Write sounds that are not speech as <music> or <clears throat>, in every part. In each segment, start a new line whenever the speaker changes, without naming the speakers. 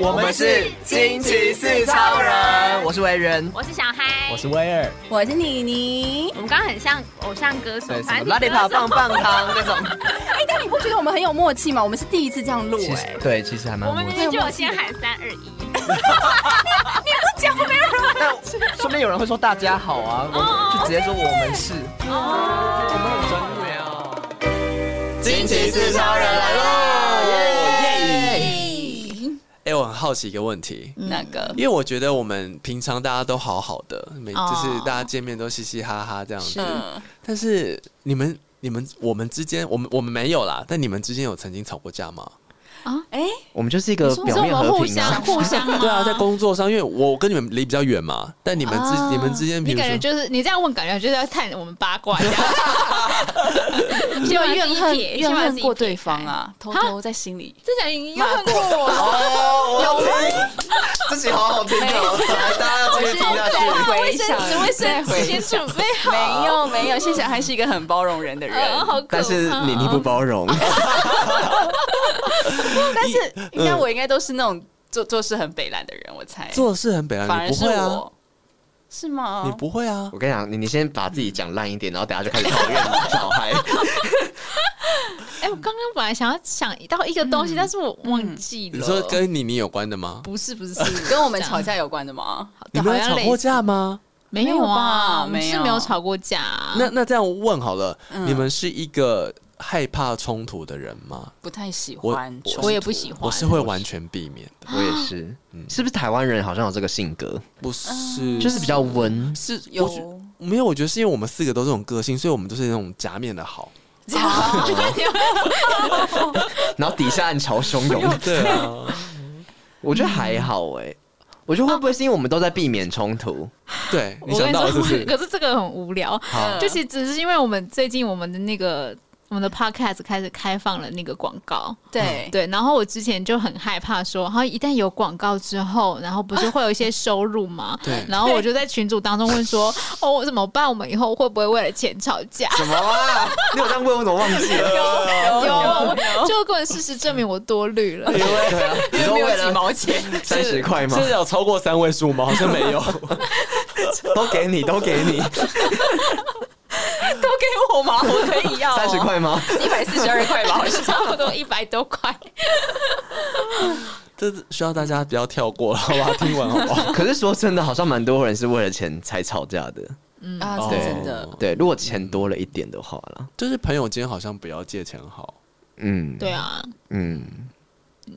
我们是惊奇四超人，我是维人，
我是小嗨，
我是威尔，
我是妮妮。
我们刚刚很像偶像歌手，
对，什
反
么
正
拉力跑棒棒糖那种，
哎、但你不觉得我们很有默契吗？我们是第一次这样录、
其
哎
实，对，其实还蛮
我们
默 <laughs>
明
契。
明就有先喊三二一，
但说不定有人会说大家好啊，我们就直接说我们是，我们很专业哦。惊奇四超人来喽！哦耶！
哎、我很好奇一个问题，
那个
因为我觉得我们平常大家都好好的，每
哦
就是大家见面都嘻嘻哈哈这样子，
嗯，
但是你们、你们、我们之间，我们我们没有啦，但你们之间有曾经吵过架吗？
哎、
我们就是一个表面和平啊。
互相吗
对啊，在工作上，因为我跟你们离比较远嘛，但你们之、
哦
你们之间，比
你
如
感觉
说，
就是你这样问，感觉就是要探我们八卦这样，
先把自己
怨恨
撇
怨恨过
对
方啊，偷偷在心里
之前已经怨恨过
<laughs>
我，
哦，我听，这集好好听 <laughs> 哦，来大家要继续听下去。
回
先只会生气，先准备好。
没有没有，谢小还是一个很包容人的人。
嗯，好可怕
但是妮妮不包容，
但是应该我应该都是那种做做事很北蓝的人，我猜。
做事很北
反
啊，
而
你不
是
会啊，
我，是吗？
你不会啊
我，跟你讲，你你先把自己讲烂一点，然后等下就开始讨厌小孩。
哎，我刚刚本来想要想到一个东西，但是我忘记了。
你说跟你你有关的吗？
不是不是
跟我们吵，架有关的吗？
你们有吵过？架吗？
没
没
有啊，
有吧
我们是
没有
没有吵过架啊。
那那这样问好了，你们是一个害怕冲突的人吗？
不太喜
我
欢
我
冲突，
我也不喜欢，
我是会完全避免的，
我也是，是不是台湾人好像有这个性格，
不是，
嗯
就是比较温，
是
有
我觉没有，我觉得是因为我们四个都这种个性，所以我们都是那种假面的
<laughs>
好。
然后底下暗潮汹涌。
对啊，
我觉得还好哎，我觉得会不会是因为我们都在避免冲突？
对，你
我跟
想到了
说 <laughs>
是不是？
可是这个很无聊，
好，
就其实只是因为我们最近我们的那个我们的 podcast 开始开放了那个广告，
对
对，然后我之前就很害怕说，然后一旦有广告之后，然后不是会有一些收入吗？
<laughs> 对
然后我就在群组当中问 <laughs> 说，哦，我怎么办？我们以后会不会为了钱吵架？
怎么啦？你有这样问我，怎么忘记了？
有
哦有，就个人事实证明我多虑了。
对啊，你都
没有
为
几
了
毛钱，
<laughs> 三十块吗
现？在有超过三位数吗？好像没有。
都给你，都给你，
都给我吗？我可以要
三十，块吗？
一百四十二块吧，好像。
<laughs> 差不多一百多块，
<laughs> 这需要大家不要跳过了，好吧？听完好不好？
哦可是说真的，好像蛮多人是为了钱才吵架的。
<laughs>
嗯
啊，
哦
是真的，
对，如果钱多了一点的话啦，
<laughs> 就是朋友间好像不要借钱好，
嗯，
对，啊，
嗯，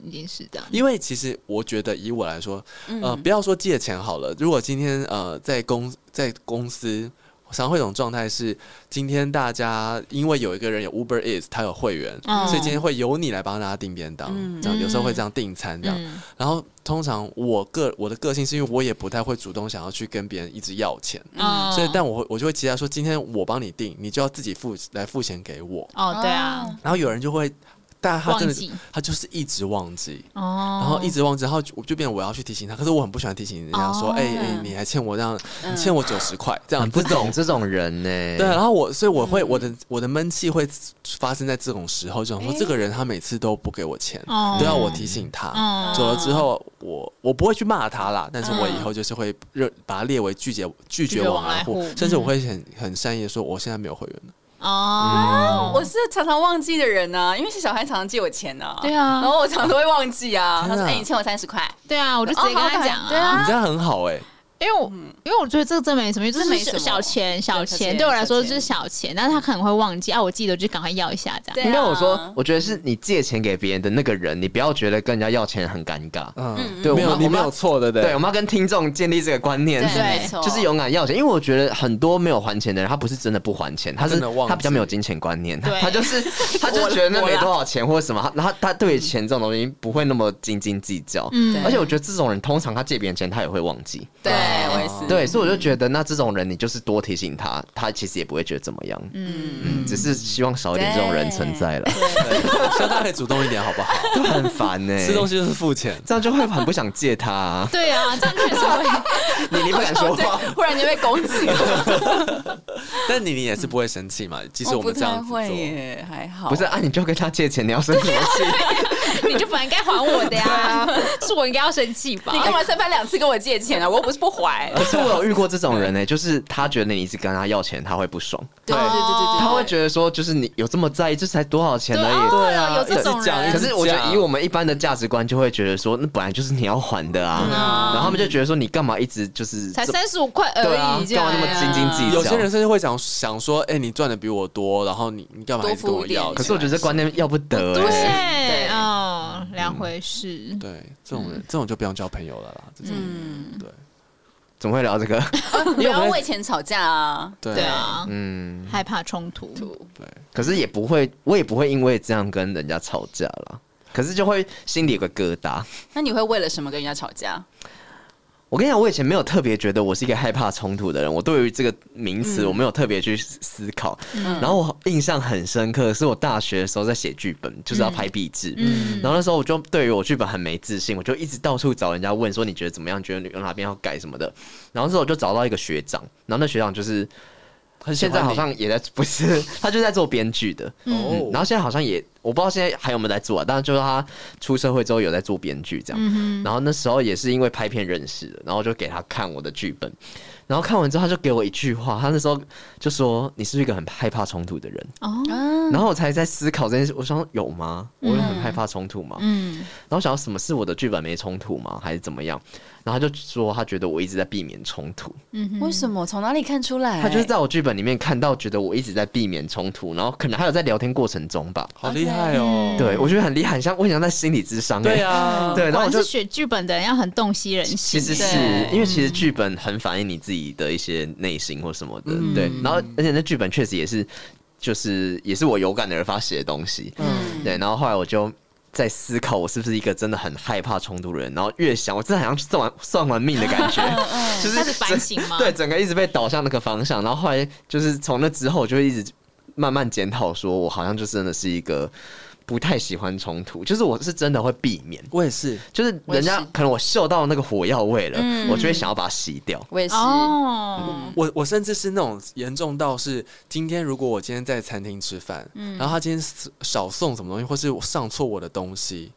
一定是这样。
因为其实我觉得以我来说，
嗯
呃，不要说借钱好了，如果今天呃在公在公司。常会有一种状态是，今天大家因为有一个人有 Uber Eats，他有会员，
嗯
所以今天会由你来帮大家订便当，这样有时候会这样订餐这样。
嗯，
然后通常我个我的个性是因为我也不太会主动想要去跟别人一直要钱，
嗯
所以但我会我就会期待说，今天我帮你订，你就要自己付来付钱给我。
哦，对啊，
然后有人就会，但他真
忘
的
记
他就是一直忘记，
哦，
然后一直忘记，然后就我就变成我要去提醒他，可是我很不喜欢提醒人家说，
哦嗯
哎、哎你还欠我这样，
嗯
你欠我九十块这样
很不
这
懂
种。
这种人呢。
啊对，然啊后我，所以我会、我
嗯
的我的闷气会发生在这种时候，就想说这个人他每次都不给我钱，
哦
都要我提醒他。
嗯
走了之后，我我不会去骂他啦，但是我以后就是会认把他列为拒绝拒绝往来
拒绝
户
往来，户
甚至我会很很善意的说，我现在没有会员了。
哦，
嗯
我是常常忘记的人呢、因为小孩常常借我钱呢、
对啊
然后我常常都会忘记啊。他
天
说：“
啊
哎、你欠我三十块。
对啊，我就直接跟他讲
哦
啊，
好歹对啊
你这样很好哎、
因为我因为我觉得这个真没什么，就
这没
是
什么
小小钱小
小
钱，
钱
对我来
小
说就
钱
是小钱，但是他可能会忘记啊，我记得我就赶快要一下这样。”
对
应该我说
啊，，
我觉得是你借钱给别人的那个人，你不要觉得跟人家要钱很尴尬。
嗯，
对，我
没有
们
你
我
没
们
有
要
错的，
对，我们要跟听众建立这个观念，
对，
对
没错，
就是勇敢要钱，因为我觉得很多没有还钱的人，他不是真的不还钱，他
真
是
的忘记
他比较没有金钱观念，
对
他就是他就觉得那没多少钱或者什么，他然后他对钱这种东西不会那么斤斤计较，
嗯
而且我觉得这种人通常他借别人钱，他也会忘记，
对我也
嗯
是。
嗯对，所以我就觉得那这种人你就是多提醒他，他其实也不会觉得怎么样，
嗯，
嗯，只是希望少一点这种人存在了， <laughs>
<laughs> 希望大家可以主动一点，好不好？
就很烦呢、
吃东
西。
西就是付钱，
这样就会很不想借他、
<laughs>
啊，
对啊，这样确实会
你你不敢说话，
对，忽然就被攻
<laughs>
击了。
<laughs> 但你你也是不会生气嘛？即使
我
我
不
们这
太
样子做，
会耶，还好。
啊不是啊？你就跟他借钱，你要生什么气？
你就本来该还我的 <laughs> 呀，是我应该要生气吧
你？干嘛
哎
三番两次跟我借钱啊？我又不是不
<laughs>
还。
可是我有遇过这种人呢、就是他觉得你一直跟他要钱，他会不爽，
哦对对对对对，
他会觉得说，就是你有这么在意，这才多少钱而已。
啊
哦有这种
一直讲
人
一
可
直
是我觉得
讲
以我们一般的价值观，就会觉得说，那本来就是你要还的啊。然后他们就觉得说，你干嘛一直就是
才
这
三十五块
对啊
而已，这
干
样
嘛那么斤斤计较？
有些人甚至会想想说，哎、你赚的比我多，然后你你干嘛一直跟我要钱？
可是我觉得这观念要不得、欸。
对，啊嗯，两回事。
对这种人，这种就不用交朋友了啦。这种人对
怎么会聊这个？
不要为钱吵架啊！
对
对啊，
嗯，
害怕冲突，
对，
可是也不会，我也不会因为这样跟人家吵架啦。可是就会心里有个疙瘩。
那你会为了什么跟人家吵架？
我跟你讲，我以前没有特别觉得我是一个害怕冲突的人，我对于这个名词
嗯
我没有特别去思考。
嗯
然后我印象很深刻，是我大学的时候在写剧本，就是要拍壁纸。
嗯
然后那时候我就对于我剧本很没自信，我就一直到处找人家问说你觉得怎么样，觉得有哪边要改什么的。然后之后我就找到一个学长，然后那学长就是
很喜
现
欢
在好
你
像也在不是，他就在做编剧的。嗯
哦，
然后现在好像也我不知道现在还有没有在做啊，但是就是他出社会之后有在做编剧这样。然后那时候也是因为拍片认识的，然后就给他看我的剧本，然后看完之后他就给我一句话，他那时候就说：“你是不是一个很害怕冲突的人？”
哦，
啊
然后我才在思考这件事，我想有吗？我有很害怕冲突吗？
嗯，
然后我想要什么是我的剧本没冲突吗？还是怎么样？然后他就说他觉得我一直在避免冲突，
嗯
为什么？从哪里看出来？
他就是在我剧本里面看到，觉得我一直在避免冲突，然后可能还有在聊天过程中吧。
好厉害哦。
嗯对，我觉得很厉害，很像我很像在心理智商、欸。
对啊，
<laughs>
对，然
果
后我
然
就是
写剧本的人要很洞悉人心，
其实是
对
因为其实剧本很反映你自己的一些内心或什么的，对。然后而且那剧本确实也是，就是也是我有感而发写的东西，嗯，对。然后后来我就。在思考我是不是一个真的很害怕冲突的人，然后越想，我真的好像算完算完命的感觉，就是
开始反省吗？
<laughs> 对，整个一直被导向那个方向。然后后来就是从那之后，我就一直慢慢检讨，说我好像就真的是一个不太喜欢冲突，就是我是真的会避免，
我也是，
就是人家可能我嗅到那个火药味了，我就会想要把它洗掉。
我也是。
哦，
我我甚至是那种严重到是，今天如果我今天在餐厅吃饭，然后他今天少少送什么东西，或是我上错我的东西，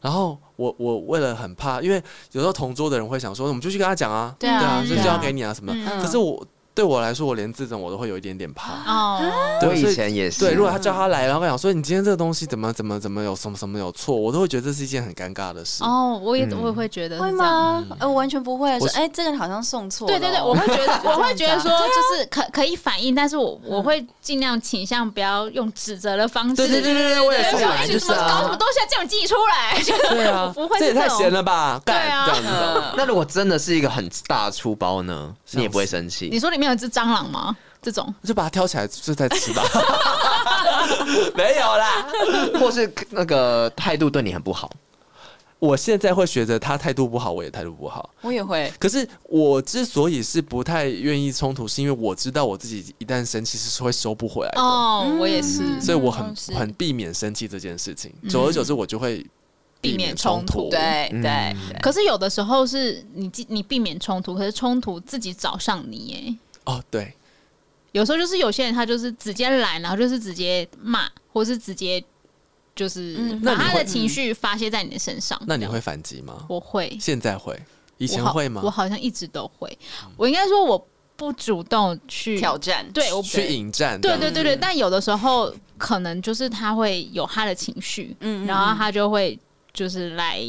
然后我我为了很怕，因为有时候同桌的人会想说，我们就去跟他讲啊，
对啊
就
对啊
交给你啊什么的。
嗯
可是我对我来说，我连这种我都会有一点点怕。
哦，
对
我
所
以
以
前也是，
对，如果他叫他来，然后跟他讲说你今天这个东西怎么怎么怎么有什么什么有错，我都会觉得这是一件很尴尬的事。
哦，我也我也会觉得是
会
这样？
吗？呃，我完全不会。
嗯我
说，哎，这个好像送错了哦。
对对
<laughs>
对，我会觉得，我会觉得
这
说，就是可可以反应，但是我我会尽量倾向不要用指责的方式。
对对对对对，我也
对，
是，
说
本来
哎，你
就是
怎么搞什么
啊，
东西啊？叫你自己出来。
对啊，
我不会
这也
是这
太
种
闲了吧？干
对啊
这样子哦。
那如果真的是一个很大的粗包呢，
像
你也不会生气
你。说里面有只蟑螂吗？这种
就把它挑起来就再吃吧。没有啦，
<laughs> 或是那个态度对你很不好，
我现在会学着他态度不 <laughs> 好，我也态度不好。
我也会。
可是我之所以是不太愿意冲突，是因为我知道我自己一旦生气是会收不回来的，
哦，我也是。嗯
所以我很
嗯是
很避免生气这件事情。久而久之，我就会
避免冲突
突。
对对对，
可是有的时候是你既你避免冲突，可是冲突自己找上你耶。
哦，对，
有时候就是有些人他就是直接来，然后就是直接骂，或是直接就是
嗯
那
把
你
他
会
的情绪发泄在你的身上。
那你会反击吗？
我会，
现在会，以
以
前会吗
我？好像一直都会。我应该说我不主动去
挑战。
对我
去引战这
对
样子？
对对对，但有的时候可能就是他会有他的情绪，
嗯嗯
然后他就会就是来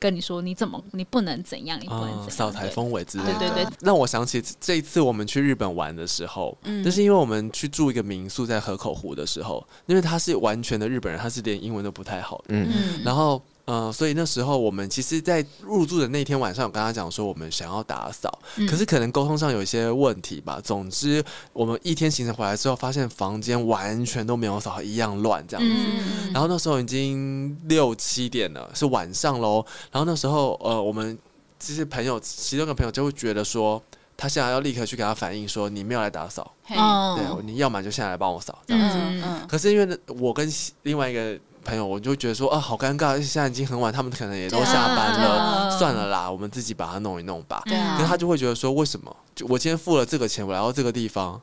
跟你说你怎么你不能怎样，你不能
啊，
怎样，
扫台风尾之类的。
对对对
让我想起这一次我们去日本玩的时候，
嗯
就是因为我们去住一个民宿在河口湖的时候，因为他是完全的日本人，他是连英文都不太好的，
嗯
然后。呃，所以那时候我们其实，在入住的那天晚上，我跟他讲说我们想要打扫，
嗯
可是可能沟通上有一些问题吧。总之，我们一天行程回来之后，发现房间完全都没有扫，一样乱这样子。
嗯
然后那时候已经六七点了，是晚上喽。然后那时候呃，我们这些朋友，其中一个朋友就会觉得说，他现在要立刻去给他反映说，你没有来打扫，
嘿
对，你要么就现在来帮我扫这样。
嗯
嗯嗯，
嗯
可是因为呢我跟另外一个朋友，我就觉得说啊，好尴尬，现在已经很晚，他们可能也都下班
对
了，
啊嗯对啊
算了啦，我们自己把它弄一弄吧。
对啊
可是他就会觉得说，为什么就我今天付了这个钱，我来到这个地方，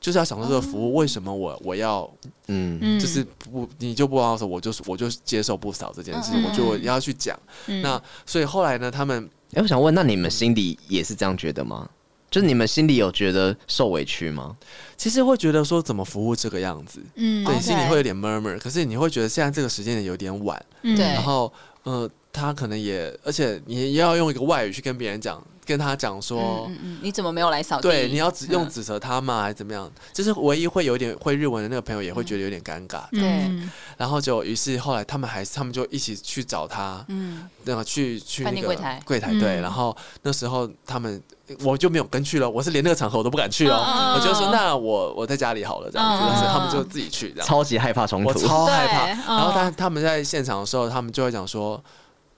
就是要享受这个服务，为什么我我要
嗯，
嗯
就是不你就不帮我扫，我就是我就是接受不扫这件事，
嗯嗯
我就我要去讲。
嗯
那所以后来呢，他们
哎，我想问，那你们心里也是这样觉得吗？就是你们心里有觉得受委屈吗？
其实会觉得说怎么服务这个样子，
嗯
对，
OK
心里会有点 murmur，可是你会觉得现在这个时间点有点晚，
嗯
对
然后呃，他可能也，而且你也要用一个外语去跟别人讲，跟他讲说。
嗯嗯，你怎么没有来扫地？
对，你要指用
嗯
指责他嘛，还是怎么样？就是唯一会有点会日文的那个朋友也会觉得有点尴尬，
对
嗯
然后就于是后来他们还是他们就一起去找他，
嗯，
那个去去
饭
那
店
个
柜台
柜台对，
嗯
然后那时候他们我就没有跟去了，我是连那个场合我都不敢去
嗯嗯
哦，
嗯
我就说那我我在家里好了这样子，
嗯嗯
但是
嗯
他们就自己去这样，
超级害怕冲
我
突，
超害怕
对。
然后他
嗯
他们在现场的时候，他们就会讲说，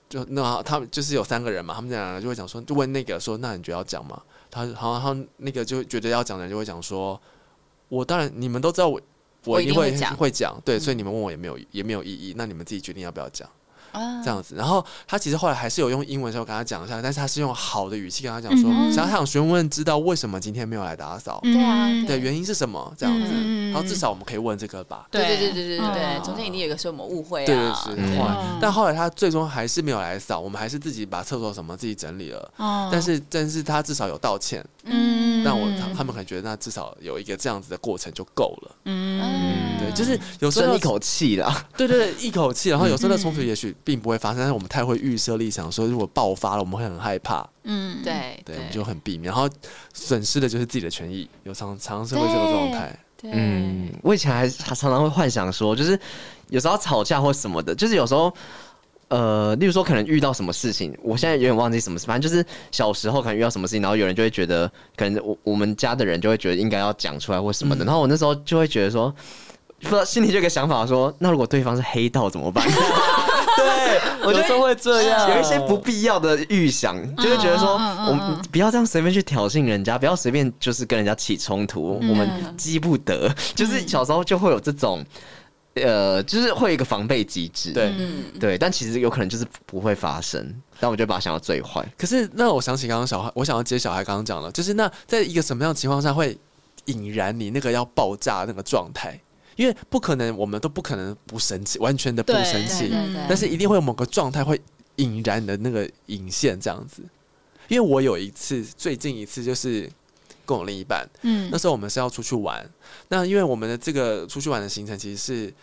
就那他们就是有三个人嘛，他们两个人就会讲说，就问那个说，那你觉得要讲吗？他好像他那个就觉得要讲的人就会讲说，我当然你们都知道我
我
我
一
一
定
定会
会讲
会讲，
嗯
对，所以你们问我也没有也没有意义，那你们自己决定要不要讲。
啊
嗯
这样子。然后他其实后来还是有用英文的时候跟他讲一下，但是他是用好的语气跟他讲说，
嗯
想想询问知道为什么今天没有来打扫，
嗯
对啊
嗯
对，原因是什么这样子。
嗯
然后至少我们可以问这个吧。
对对对对对对
嗯
对，中间一定有个什么误会啊？
对对对，
嗯
后来
嗯，
哦但后来他最终还是没有来扫，我们还是自己把厕所什么自己整理了。
哦
但是，但是他至少有道歉，
嗯
让我他他们可能觉得那至少有一个这样子的过程就够了。
嗯
嗯
对，就是有时
争
候
一口气啦。
对对对，一口气，然后有时候那冲突也许并不会发生，但是我们太会预设立场，说如果爆发了，我们会很害怕。
嗯
对
对，我们就很避免，然后损失的就是自己的权益，有常常是会这个状态。
对，
嗯， <laughs> 我以前还常常会幻想说，就是有时候吵架或什么的，就是有时候。呃，例如说，可能遇到什么事情，我现在有点忘记什么事，反正就是小时候可能遇到什么事情，然后有人就会觉得，可能我我们家的人就会觉得应该要讲出来或什么的，然后嗯我那时候就会觉得说，不知道心里就有个想法说，那如果对方是黑道怎么办？ <laughs> 对，我就
有时候会这样
有一些不必要的预想，就会觉得说，
嗯嗯嗯嗯
我们不要这样随便去挑衅人家，不要随便就是跟人家起冲突，
嗯
我们激不得。就是小时候就会有这种，呃，就是会有一个防备机制。
对
嗯，
对，但其实有可能就是不会发生，但我就把它想到最坏。
可是那我想起刚刚小孩，我想要接小孩刚刚讲了，就是那在一个什么样的情况下会引燃你那个要爆炸那个状态？因为不可能，我们都不可能不生气，完全的不
对
生气
对，对对
但是一定会有某个状态会引燃你的那个引线这样子。因为我有一次，最近一次就是跟我另一半，
嗯
那时候我们是要出去玩，那因为我们的这个出去玩的行程其实是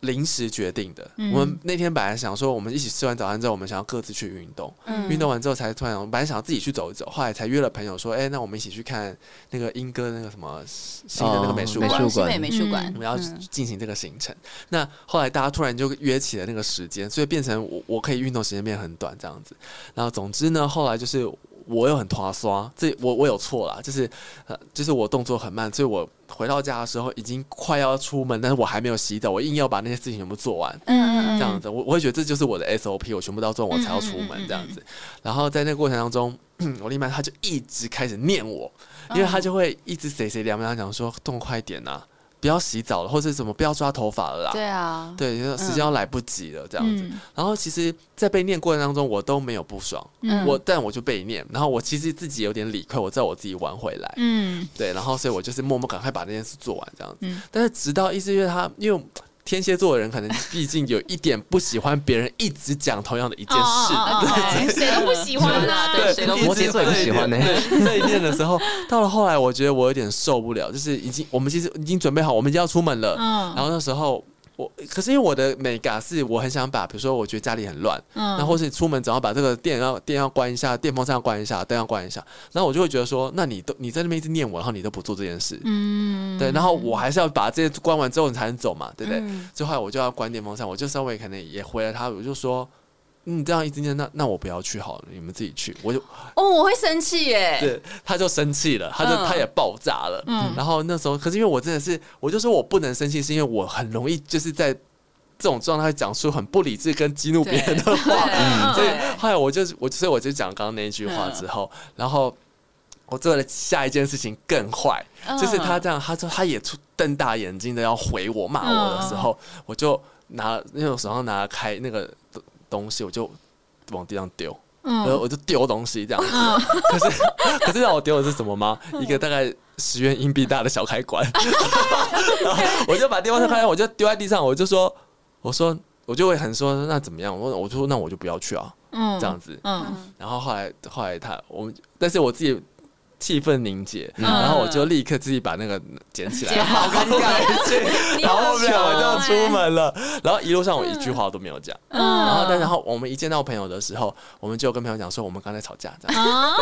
临时决定的。
嗯
我们那天本来想说，我们一起吃完早餐之后，我们想要各自去运动，
嗯
运、动完之后才突然，我们本来想要自己去走一走，后来才约了朋友说，哎、那我们一起去看那个英歌那个什么新的那个美术
哦美
馆。
术
新北
馆
美术馆
嗯
我，们要
嗯
进行这个行程，那后来大家突然就约起了那个时间，所以变成我我可以运动时间变很短这样子。然后总之呢，后来就是我有很拖刷，这我我有错啦，就是呃，就是我动作很慢，所以我回到家的时候已经快要出门，但是我还没有洗澡，我硬要把那些事情全部做完。
嗯嗯
这样子，我我会觉得这就是我的 SOP，我全部都要做完，我才要出门这样子。然后在那个过程当中， <clears throat> 我另一半他就一直开始念我，因
哦
为他就会一直谁谁凉凉讲说动快点呐、不要洗澡了，或者什么不要抓头发了啦。
对啊，
对，就是时间要来不及了这样子。
嗯
然后其实，在被念过程当中，我都没有不爽，
嗯
我但我就被念，然后我其实自己有点理亏，我知道我自己玩回来，
嗯
对，然后所以我就是默默赶快把那件事做完这样子。
嗯
但是直到一直因为他，因为天蝎座的人可能毕竟有一点不喜欢别人一直讲同样的一件事。
哦哦哦哦
对
谁都不喜欢
<laughs>
啊，
对谁都不
摩羯座也不喜欢呢、
对这一念的时候，到了后来，我觉得我有点受不了，就是已经我们其实已经准备好，我们已经要出门了。
嗯
然后那时候我，可是因为我的美感是我很想把，比如说我觉得家里很乱，
嗯
然后或是你出门只要把这个电要电要关一下，电风扇要关一下，灯要关一下，然后我就会觉得说，那你都你在那边一直念我，然后你都不做这件事，
嗯
对，然后我还是要把这些关完之后你才能走嘛，对不对？
嗯
最后来我就要关电风扇，我就稍微可能也回了他，我就说。你、这样一直念，那那我不要去好了，你们自己去。我就
哦，我会生气耶，
对，他就生气了，他就、
哎嗯
他也爆炸了。
嗯
然后那时候，可是因为我真的是，我就说我不能生气，是因为我很容易就是在这种状态讲出很不理智跟激怒别人的话。
对
嗯 <laughs> 所以
对嗯
后来我就我，所以我就讲刚刚那一句话之后，然后我做了下一件事情更坏，
嗯
就是他这样，他说他也出瞪大眼睛的要回我骂我的时候，
嗯
我就拿那种手上拿开那个东东西，我就往地上丢。
嗯嗯
然后我就丢东西这样子。
嗯
<laughs> 可是可是让我丢的是什么吗？一个大概十元硬币大的小开关， <laughs> 我就把电话开，我就丢在地上，我就说，我说我就会很说那怎么样？我我就说那我就不要去啊，
嗯
这样子。
嗯，
然后后来后来他我们，但是我自己气氛凝结，然后我就立刻自己把那个捡起来，
嗯好尴尬，
<laughs> 然后我们两个就出门了。
啊
然后一路上我一句话都没有讲。
嗯
嗯
然后但然后我们一见到朋友的时候，我们就跟朋友讲说我们刚才吵架这样。
啊，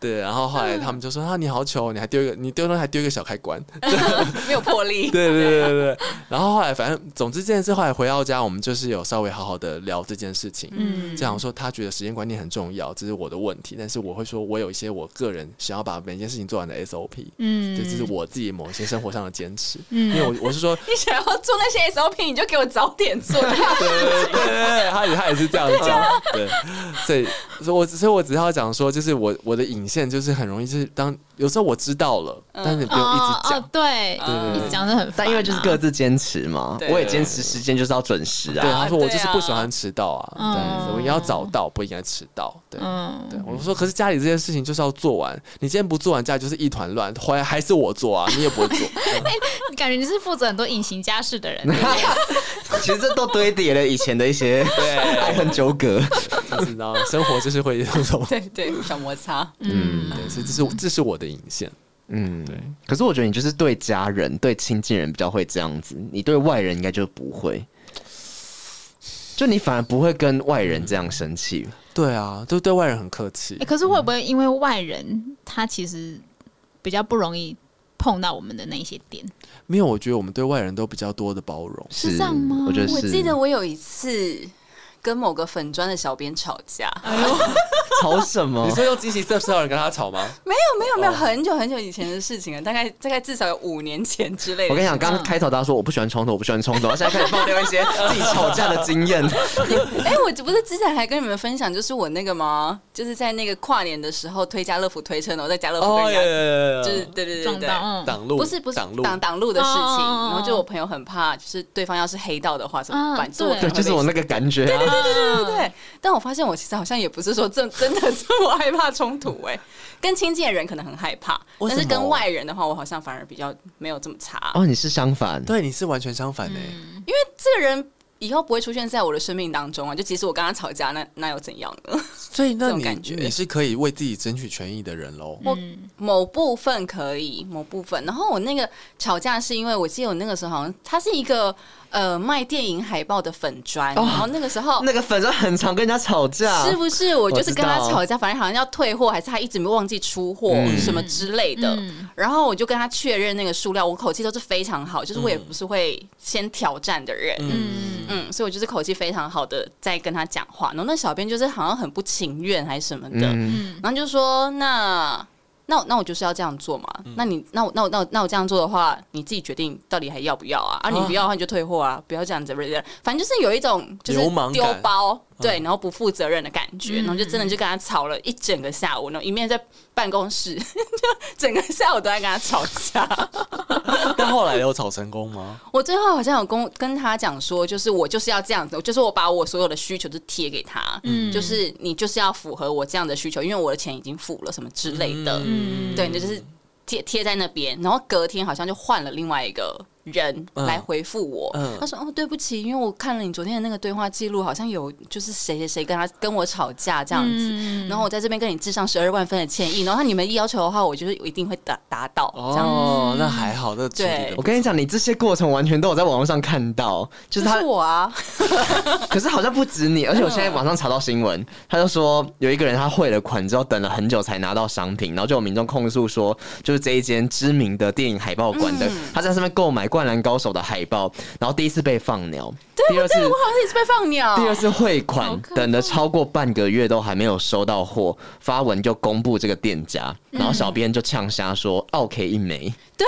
对，然后后来他们就说啊你好糗，你还丢一个你丢了还丢一个小开
<laughs>
关。
<laughs> 没有魄
<laughs>
力。
对对对对对。然后后来反正总之这件事后来回到家，我们就是有稍微好好的聊这件事情。
嗯
这样说，他觉得时间观念很重要，这是我的问题。但是我会说，我有一些我个人想要把每件事情做完的 SOP，
嗯
对，这是我自己某些生活上的坚持。因
嗯
为我我是说，
你想要做那些 SOP，你就给我早点
<laughs>
做。
对对对对，他也他也是这样讲，对，所以所以我所以我只是要讲说，就是我我的引线就是很容易就是当有时候我知道了，但是你不用一
哦
直讲，
哦，对，
对
一
对
直
对。
讲是很烦啊，
但因为就是各自坚持嘛，
对
我也坚持时间就是要准时
对，
啊。
他说我
对
就是
啊
不喜欢迟到啊，这样子，我应该要早到，不应该迟到。对，
嗯，
对，我说可是家里这件事情就是要做完，你今天不做完，家里就是一团乱，回来还是我做啊，你也不会做。 <laughs>
感觉你是负责很多隐形家事的人，
<laughs> 其实这都堆叠了以前的一些爱恨纠葛。
你知道，生活就是会有这种，
对对，小摩擦。
嗯，
对，所以这是这是我的引线。
嗯，对。 <laughs> 可是我觉得你就是对家人、对亲近人比较会这样子，你对外人应该就不会。就你反而不会跟外人这样生气，
对啊，就对外人很客气
欸，可是会不会因为外人他其实比较不容易碰到我们的那一些点，
没有，我觉得我们对外人都比较多的包容。
是这样吗
我觉得是。
我记得我有一次跟某个粉砖的小编吵架，
啊吵什么
<laughs> 你？说用惊喜 s 色有人跟他吵 <laughs> 吗？
没有没有没有，很久很久以前的事情了，大概大概至少有五年前之类的。
我跟你讲，刚刚开头大家说我不喜欢冲突，我不喜欢冲突，现在开始爆料一些自己吵架的经验。
哎、我不是之前还跟你们分享，就是我那个吗？就是在那个跨年的时候推家乐福推车，然后在家乐
哦
哦
福跟人家、
耶
就是对对对
撞
对。
到嗯
挡路
不是不是
挡路
挡挡路的事情，
哦哦哦哦
然后就我朋友很怕，就是对方要是黑道的话怎么办？
嗯
所以我可
对，
能
就是
会
我
被
那个感觉啊。
对对对，但我发现我其实好像也不是说真真的这么害怕冲突 <laughs> 哎、跟亲近的人可能很害怕，
为
但
什么
是跟外人的话，我好像反而比较没有这么差，
哦，你是相反，
对，你是完全相反的、欸
因为这个人以后不会出现在我的生命当中啊。就即使我跟他吵架，那那又怎样呢？
所以那
这种
你
感觉
你是可以为自己争取权益的人喽。
我某部分可以，某部分。然后我那个吵架是因为我记得我那个时候好像他是一个呃卖电影海报的粉砖，然后哦那个时候
那个粉丝很常跟人家吵架，
是不是？我嗯就是跟他
我知道
吵架，反正好像要退货，还是他一直没忘记出货、什么之类的。
嗯
然后我就跟他确认那个数量，我口气都是非常好，就是我也不是会先挑战的人。嗯
嗯，
所以我就是口气非常好的在跟他讲话。然后那小编就是好像很不情愿还是什么的，
嗯，
然后就说那。那我那我就是要这样做嘛？那你那我那我那我那我这样做的话，你自己决定到底还要不要啊？啊，你不要的话你就退货啊，不要这样子，不是这样反正就是有一种就是
流氓感
丢包，对，然后不负责任的感觉，然后就真的就跟他吵了一整个下午，然后一面在办公室， <laughs> 就整个下午都在跟他吵架。
但后来有吵成功吗？
我最后好像有跟跟他讲说，就是我就是要这样子，我就是我把我所有的需求都贴给他，
嗯
就是你就是要符合我这样的需求，因为我的钱已经付了什么之类的，
嗯
对，那就是贴贴在那边，然后隔天好像就换了另外一个人
嗯
来回复我。
嗯
他说：“哦，对不起，因为我看了你昨天的那个对话记录，好像有就是谁谁谁跟他跟我吵架这样子。
嗯
然后我在这边跟你致上十二万分的歉意，然后你们要求的话，我就是一定会达达到这样。
哦，那还好，那处理
对
的
我跟你讲，你这些过程完全都有在网络上看到，就是
就
他
是，我啊，
可是好像不止你，而
嗯
且我现在网上查到新闻，他就说有一个人他汇了款之后，等了很久才拿到商品，然后就有民众控诉说，就是这一间知名的电影海报馆
嗯
的，他在上面购买《灌篮高手》的海报，然后第一次被放鸟，第二次
<laughs> 我好像也是被放鸟。
第二次汇款等了超过半个月都还没有收到货，发文就公布这个店家，
嗯
然后小编就呛瞎说哦“奥 K 一枚
对，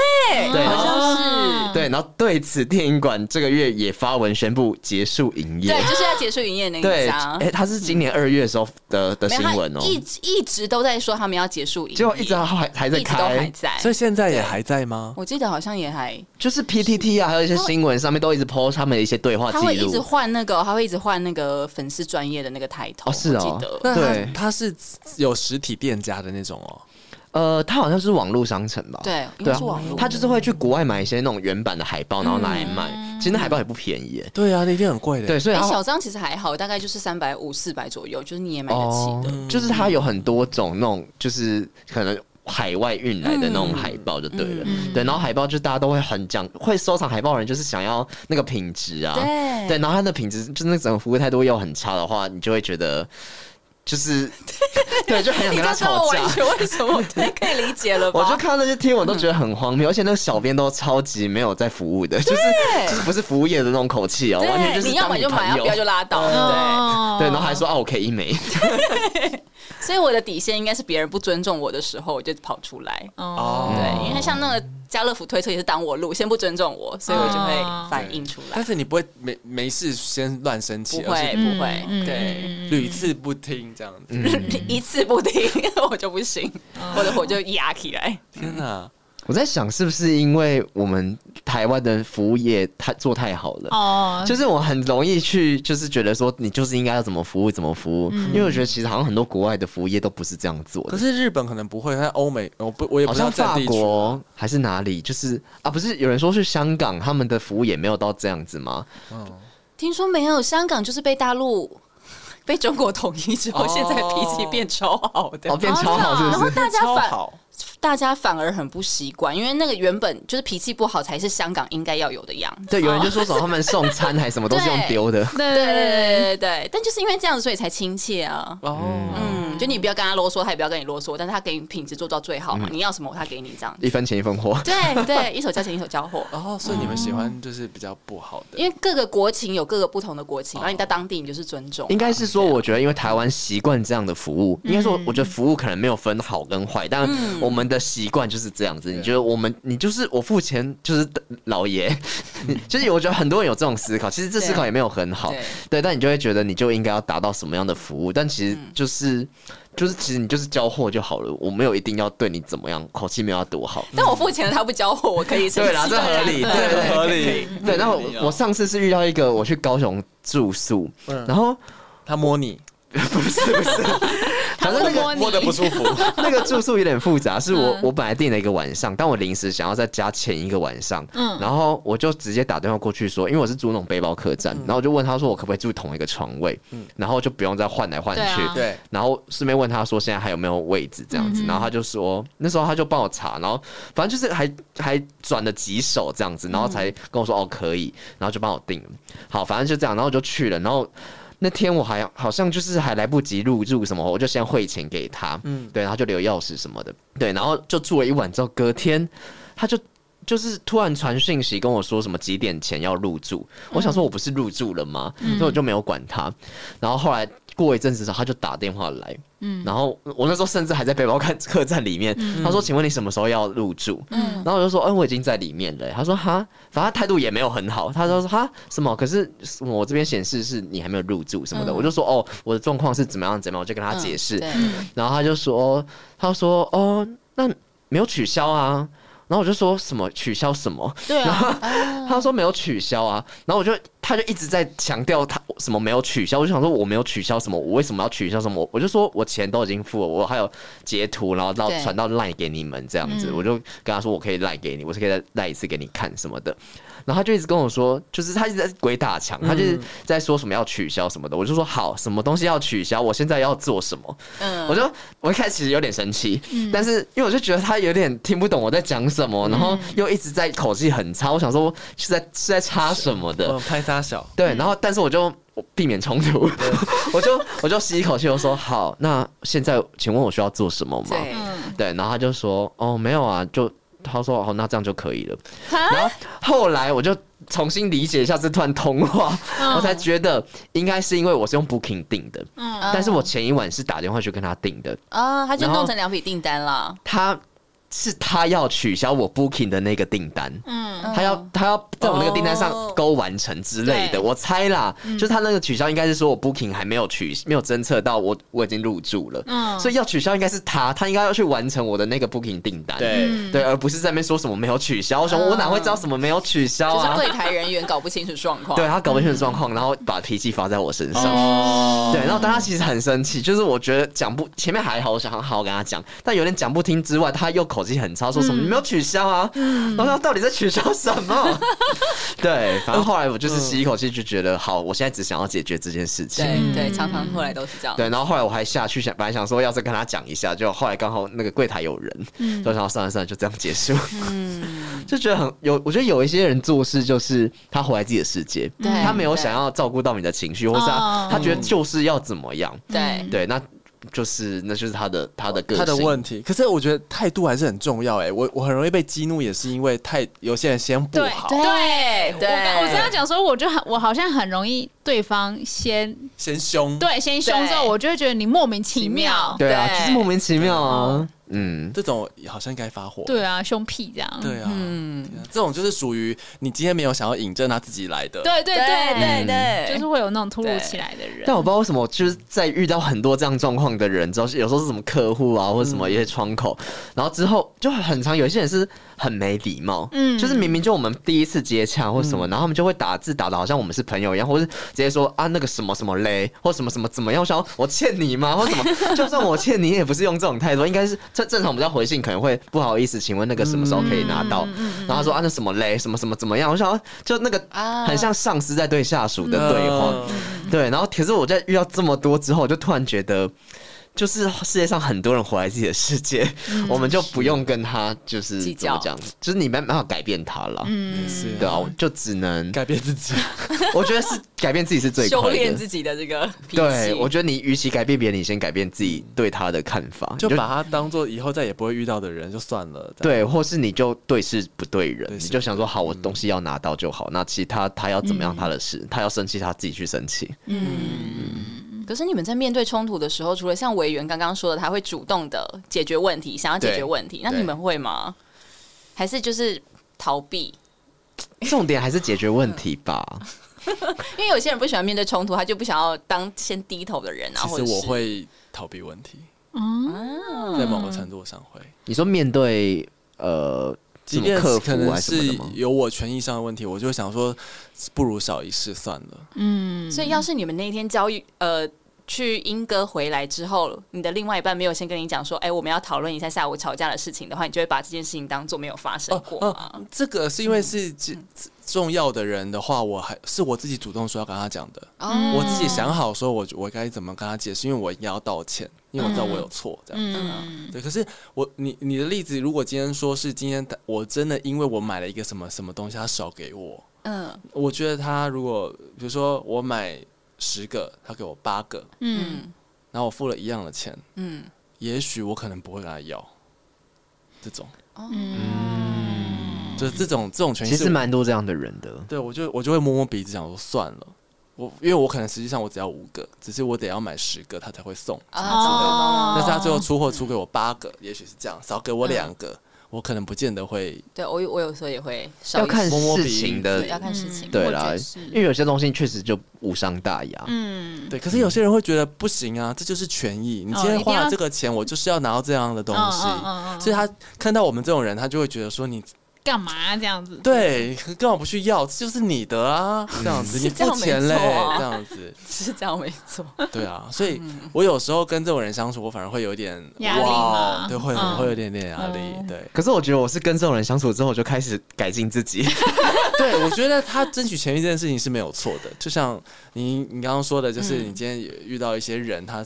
对
好像
哦
是。”，
对，然后对此电影馆这个月也发文宣布结束营业
对，。就是要结束营业那一
对，
家。
哎，他是今年二月的时候的的
嗯没
新
有，他
闻哦，
一直一直都在说他们要结束营业，
结果一直还还在
一直都还
开，
在。
所以现在也还在吗？
我记得好像也还
就是 PTT 啊，还有一些新闻上面都一直 PO 他们的一些对话记
他会
记
一直
录。
换那个，他会一直换那个粉丝专业的那个抬头，
哦是哦
我记得。
那他
对
他是有实体店家的那种哦，
呃，他好像是网络商城吧？
对应
对
该
啊
是网络，嗯
他就是会去国外买一些那种原版的海报，然后拿来卖。其实那海报也不便宜耶。
对啊，那一定很贵的。
对，，所以
哎、
他
小张其实还好，大概就是三百五、四百左右，就是你也买得起的。
哦，就是它有很多种那种，就是可能。海外运来的那种海报就对
嗯
了，对，然后海报就大家都会很讲，会收藏海报的人就是想要那个品质啊，
对
然后它的品质就是那整个服务态度又很差的话，你就会觉得就是
<laughs>
对，就很想
你
跟他
就知道
吵
我
架
完。全为什么，对，可以理解了
<laughs>
吧？
我就看到那些贴文都觉得很荒
嗯
谬，而且那个小编都超级没有在服务的，就是就是不是服务业的那种口气哦，
对，
完全就是
你要
当
买
你
就
朋
买，要
友
不要就哦拉倒，对。
对，然后还说啊我可以一枚，
所以我的底线应该是别人不尊重我的时候，我就跑出来。
哦，
对，因为像那个家乐福推车也是当我路，先不尊重我，所以我就
哦
会反应出
嗯
来
但。是你不会没没事先乱生气，
不
而
会
且
不会，
嗯
对，
屡次不听这样子。
一次不听 <laughs> 我就不行，我的火就压起来。
天哪，
我在想，是不是因为我们台湾的服务业太做太好了？
哦，
就是我很容易去，就是觉得说你就是应该要怎么服务怎么服务，
嗯
因为我觉得其实好像很多国外的服务业都不是这样做
可
的，
是日本可能不会，但欧美我不我也不
好
知道
像
占
法
地区。啊
国还是哪里，就是啊，不是有人说去香港，他们的服务也没有到这样子吗？
听说没有，香港就是被大陆。被中国统一之后，
哦
现在脾气变超好的啊
哦，，变超好是
然
不
后
是？
大家
超
反
好，
大家反而很不习惯，因为那个原本就是脾气不好才是香港应该要有的样子。
对，有人就说什么他们送餐还是什么都是用丢的，
对
对对
对对对
对
对，但就是因为这样子，所以才亲切啊。
哦，
嗯，就你不要跟他啰嗦，他也不要跟你啰嗦，但是他给你品质做到最好嘛，你要什么他给你这样子。
嗯一分钱一分货。
对对，一手交钱一手交货。
然后哦所以你们喜欢就是比较不好的，
因为各个国情有各个不同的国情，然后你在当地你就是尊重。
应该是说，我觉得因为台湾习惯这样的服务，应该说，我觉得服务可能没有分好跟坏，但我们的习惯就是这样子。你觉得我们，你就是我付钱就是老爷， <laughs> 你就是我觉得很多人有这种思考，其实这思考也没有很好
对，
对，但你就会觉得你就应该要达到什么样的服务，但其实就是就是其实你就是交货就好了，我没有一定要对你怎么样，口气没有要多好。
但我付钱了，他不交货，我可以生
对
气
啦，这
<laughs> 啊
合哦理，对嗯对对，
合理。
对，然后我我上次是遇到一个我去高雄住宿，然后
他摸 <laughs> 你，
<laughs>
反正那个
摸你
摸得不舒服，
那个住宿有点复杂，是我、我本来订了一个晚上，但我临时想要在家前一个晚上，
嗯
然后我就直接打电话过去说，因为我是住那种背包客栈，然后我就问他说我可不可以住同一个床位，然后就不用再换来换
对
去，
啊
对，
然后顺便问他说现在还有没有位置这样子，然后他就说那时候他就帮我查，然后反正就是还还转了几手这样子，然后才跟我说、哦可以，然后就帮我订了。好，反正就这样，然后我就去了，然后。那天我还好像就是还来不及入住什么，我就先汇钱给他，嗯，对，然后就留钥匙什么的，对，然后就住了一晚之后，隔天他就就是突然传讯息跟我说什么几点前要入住，我想说我不是入住了吗？所以我就没有管他。然后后来过一阵子之后，他就打电话来，嗯，然后我那时候甚至还在背包客客栈里面，他说：“请问你什么时候要入住？”嗯，然后我就说：“嗯，我已经在里面了。”他说：“哈，反正他态度也没有很好。”他说：“哈，什么？可是我这边显示是你还没有入住什么的。”我就说：“哦，我的状况是怎么样怎么样。”我就跟他解释，
对
然后他就说，他说哦，那没有取消啊。然后我就说什么取消什么，
对啊，
他说没有取消啊。然后我就他就一直在强调他什么没有取消，我就想说我没有取消什么，我为什么要取消什么？我就说我钱都已经付了，我还有截图，然后到
对
传到赖给你们这样子，我就跟他说我可以赖给你，我是可以再赖一次给你看什么的。然后他就一直跟我说，就是他一直在鬼打墙，他就是在说什么要取消什么的。我就说好，什么东西要取消，我现在要做什么。
嗯
我就我一开始有点生气，但是因为我就觉得他有点听不懂我在讲什么，然后又一直在口气很差，我想说是在是在插什么的
嗯，，拍他小，
对，然后但是我就我避免冲突，我就我就吸一口气，我说好，那现在请问我需要做什么吗？
对，
嗯，
对，然后他就说哦没有啊，就他说哦那这样就可以了。然后后来我就重新理解一下这段通话，我才觉得应该是因为我是用 Booking 订的，
嗯
但是我前一晚是打电话去跟他订的，
啊，他就弄成两笔订单了。
他是他要取消我 booking 的那个订单，
嗯，
他要他要在我那个订单上
哦
勾完成之类的，
对
我猜啦，就是他那个取消应该是说我 booking 还没有取没有侦测到我我已经入住了，
嗯
所以要取消应该是他，他应该要去完成我的那个 booking 订单，
嗯
对，
嗯
对，而不是在那边说什么没有取消，我想我哪会知道什么没有取消
就是
啊？
柜台人员搞不清楚状况。
对他搞不清楚状况，然后把脾气发在我身上。
哦，
对，然后但他其实很生气，就是我觉得讲不前面还好，我想好好跟他讲，但有点讲不听之外，他又口气很差，说什
嗯
么、你没有取消啊，然后他到底在取消什
<laughs>
么？对，反正后来我就是吸一口气就觉得好，我现在只想要解决这件事情。
对对，常常后来都是这样。
对，然后后来我还下去想，本来想说要再跟他讲一下，就后来刚好那个柜台有人，
嗯
嗯
就想要算了算了，就这样结束。 <laughs> 就觉得很有，我觉得有一些人做事就是他活在自己的世界，
对
他没有想要照顾到你的情绪，或是他
哦
他觉得就是要怎么样，
对
对，那就是那就是他的他的个性
他的问题，可是我觉得态度还是很重要哎、我我很容易被激怒，也是因为太有些人先不好，
对
我刚我这
对，
样讲说，我就很我好像很容易对方先
先凶，
对先凶之后，
对
我就会觉得你莫名其
奇
妙
妙，
对啊，
对
就是莫名其妙啊，嗯，
这种好像该发火，
对啊，凶屁这样，
对啊，
嗯，
这种就是属于你今天没有想要引证他自己来的，
对对对
对对，
对，
嗯
就是会有那种突如其来的人
但。我不知道为什么，就是在遇到很多这样状况的人之后，有时候是什么客户啊，或者什么一些窗口，嗯然后之后就很常有一些人是很没礼貌，嗯，
嗯
就是明明就我们第一次接洽或什么，然后他们就会打字打的好像我们是朋友一样，或是直接说啊那个什么什么嘞，或什么什么怎么样，我想说我欠你吗，或什 <laughs> 么，就算我欠你也不是用这种态度，应该是正正常我们在回信可能会不好意思，请问那个什么时候可以拿到，然后他说啊那什么嘞，什么什么怎么样，我想说就那个
啊
很像上司在对下属的对话。
嗯
对，然后可是我在遇到这么多之后，我就突然觉得，就是世界上很多人活在自己的世界， <laughs> 我们就不用跟他就是
嗯计
怎么
较嗯
讲，就是你没办法改变他了。
嗯
也是
对啊，我就只能，
改变自己，
我觉得是改变自己是最
修
快
炼
的。
自己的这个脾气。
对，我觉得你与其改变别人，你先改变自己对他的看法，
就
你
把他当做以后再也不会遇到的人就算了。这样，
对，或是你就对事不对人，
对
你
事嗯
就想说好，我东西要拿到就好，那其他他要怎
嗯
么样他的事，他要生气他自己去生气。
可是你们在面对冲突的时候，除了像委员刚刚说的，他会主动的解决问题，想要解决问题，那
对
你们会吗？还是就是逃避？
重点还是解决问题吧。
因为有些人不喜欢面对冲突，他就不想要当先低头的人啊。
其
或
实
者是
我会逃避问题，
嗯，
在某个程度上会，
你说面对呃，
即
什么
便
客服
可能
还是什
是
么的吗？
有我权益上的问题，我就想说，不如少一事算了。
所以要是你们那一天交易呃。去英歌回来之后，你的另外一半没有先跟你讲说，哎、我们要讨论一下下午吵架的事情的话，你就会把这件事情当做没有发生过
哦
吗？
这个是
嗯
因为是这重要的人的话，我还是我自己主动说要跟他讲的。
哦
嗯我自己想好说我我该怎么跟他解释，因为我也要道歉，因为我知道
嗯
我有错，这样。
嗯
对，可是我你你的例子，如果今天说是今天他我真的因为我买了一个什么什么东西，他少给我，
嗯
我觉得他如果比如说我买十个，他给我八个，
嗯
然后我付了一样的钱，
嗯，
也许我可能不会跟他要这种，
哦
嗯，就是这种这种权益
其
是
实蛮多这样的人的。
对，我就我就会摸摸鼻子，想说算了，我因为我可能实际上我只要五个，只是我得要买十个，他才会送。
哦
啊，
但是他最后出货出给我八个，也许是这样，少给我
嗯
两个，我可能不见得会。
对我有我有时候也会少
要
一
看
些
摸摸
事
鼻
情
子
的
对，要看事情，
对
我觉
啦
得是，
因为有些东西确实就无伤大雅。
嗯，哦
对，可是有些人会觉得不行啊，这就是权益。你今天
一定
花了
要
这个钱，我就是要拿到这样的东西。
嗯嗯嗯嗯
所以他看到我们这种人，他就会觉得说你
干嘛啊这样子？
对，干嘛不去要？这就是你的啊，这样
嗯
子你
这样
付钱
没
嘞，
错啊
这样子。
<laughs> 是这样没错。
对啊，所以我有时候跟这种人相处，我反而会有点
压力
哇
嘛
对，会
嗯
会有点点压力。对， <laughs>
可是我觉得我是跟这种人相处之后，我就开始改进自
<laughs>
己。
对我觉得他争取权益这件事情是没有错的，就像你你刚刚说的，就是
嗯
你今天也遇到一些人，他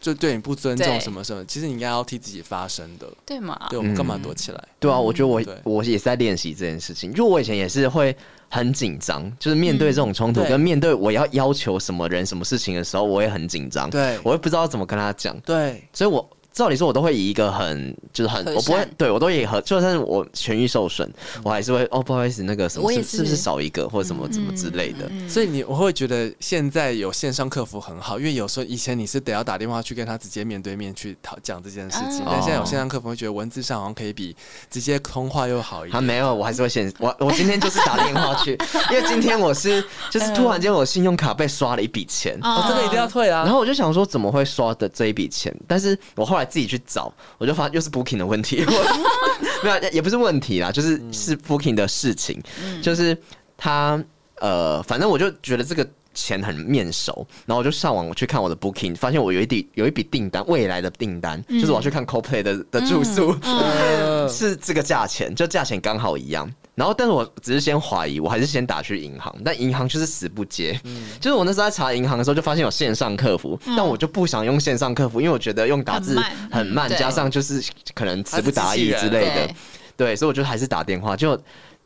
就对你不尊重
对
什么什么，其实你应该要替自己发声的。
对嘛？
对，我们干嘛躲起来？
对啊，我觉得我
嗯对
我也是在练习这件事情，就我以前也是会很紧张，就是面对这种冲突
嗯对
跟面对我要要求什么人什么事情的时候，我也很紧张。
对
我也不知道怎么跟他讲，
对，
所以我照理说，我都会以一个很就是很
和
我不会
善
对我都以和，就算是我痊愈受损，我还是会哦不好意思，那个什么
嗯我也
是是不
是
是
嗯
少一个或者什么什么之类的。
嗯
所以你我会觉得现在有线上客服很好，因为有时候以前你是得要打电话去跟他直接面对面去讨讲这件事情，
哦
但现在有线上客服，会觉得文字上好像可以比直接通话又
嗯
好一
啊，
点。
没有，我还是会显我我今天就是打电话
<laughs>
去，因为今天我是就是突然
嗯
间我信用卡被刷了一笔钱，
哦，这个一定要退啊！
然后我就想说怎么会刷的这一笔钱，但是我后来自己去找，我就发现又是 Booking 的问题，我没有也不是问题啦，就是是 Booking 的事情，就是他呃，反正我就觉得这个。钱很面熟，然后我就上网去看我的 Booking，发现我有一笔有一笔订单，未来的订单、就是我要去看 CoPlay 的的住宿，
嗯
是这个价钱，就价钱刚好一样。然后，但是我只是先怀疑，我还是先打去银行，但银行就是死不接。就是我那时候在查银行的时候，就发现有线上客服，但我就不想用线上客服，因为我觉得用打字
很慢
很慢，
对
加上就是可能词不达意
它
之
是机器人
类的，对，所以我就还是打电话。就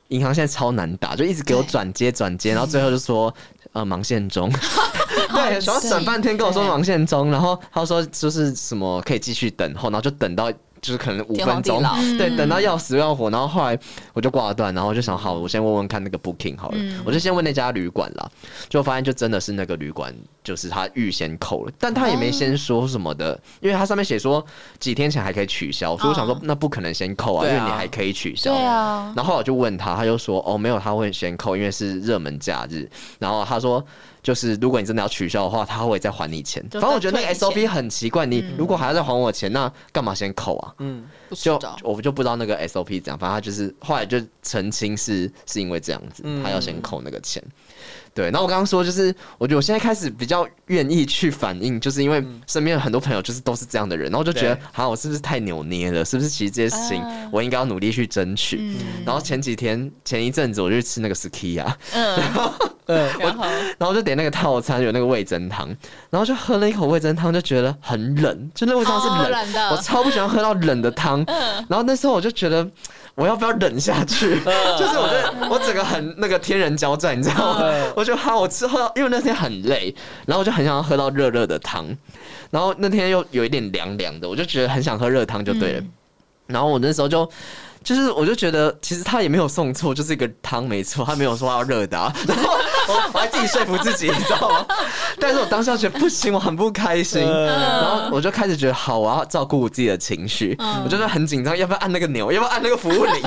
银行现在超难打，就一直给我
对
转接转接，然后最后就说呃忙线
<laughs>
中，对，然后
对
等半天跟我说
哦对
忙线中，然后他说就是什么可以继续等候，然后就等到。就是可能五
天荒
分
地
钟
老，嗯
对，等到要死要活，然后后来我就挂断，然后我就想好，我先问问看那个 booking 好了，
嗯
我就先问那家旅馆啦，就发现就真的是那个旅馆，就是他预先扣了，但他也没
哦
先说什么的，因为他上面写说几天前还可以取消，所以我想说
哦
那不可能先扣啊，
对
因
啊
为你还可以取消。
对啊
然后后来我就问他，他就说哦没有，他会先扣，因为是热门假日。然后他说。就是如果你真的要取消的话，他会再还你钱。
就
反正我觉得那
再
个
退
SOP
你
很奇怪，你如果还要再还我钱，那干嘛先扣啊？
嗯不知
就
道。
我就不知道那个 SOP 怎样，反正他就是后来就澄清是是因为这样子，
嗯
他要先扣那个钱。对，然后我刚刚说就是，我觉得我现在开始比较愿意去反应，就是因为
嗯
身边有很多朋友就是都是这样的人，然后我就觉得
对
啊，我是不是太扭捏了？是不是其实这些事情我应该要努力去争取？然后前几天前一阵子我就去吃那个 Skia，
嗯然后
然后就点那个套餐，有那个味增汤，然后就喝了一口味增汤，就觉得很冷，就那个味噌
哦
是冷、
冷的嗯
我超不喜欢喝到冷的汤。然后那时候我就觉得，我要不要忍下去？
嗯
<laughs> 就是我觉得我整个很那个天人交战，你知道吗？
嗯
我就哈，我吃喝到，因为那天很累，然后我就很想要喝到热热的汤，然后那天又有一点凉凉的，我就觉得很想喝热汤就对了。
嗯
然后我那时候就。就是，我就觉得其实他也没有送错，就是一个汤没错，他没有说要热的、啊， <laughs> 然后我我还自己说服自己，你知道吗？但是我当下觉得不行，我很不开心，然后我就开始觉得好，我要照顾我自己的情绪，我就是很紧张，要不要按那个钮，要不要按那个服务铃？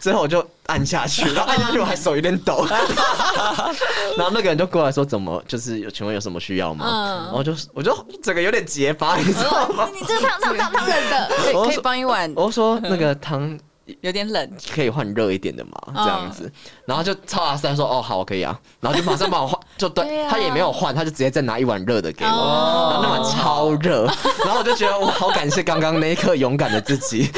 最后我就按下去，然后按下去我还手有点抖， <laughs> 然后那个人就过来说怎么就是有请问有什么需要吗？
嗯
然后就我就整个有点结巴，你知道吗？
你这个汤汤汤汤冷的，
可以
我
可以
说
帮一碗，
我说那个汤
有点冷，
可以换热一点的嘛，这样子，然后就超阿三说哦好可以啊，然后就马上帮我换，就
对
对
啊
他也没有换，他就直接再拿一碗热的给我，
哦
然后那碗超热，然后我就觉得我好感谢刚刚那一刻勇敢的自己，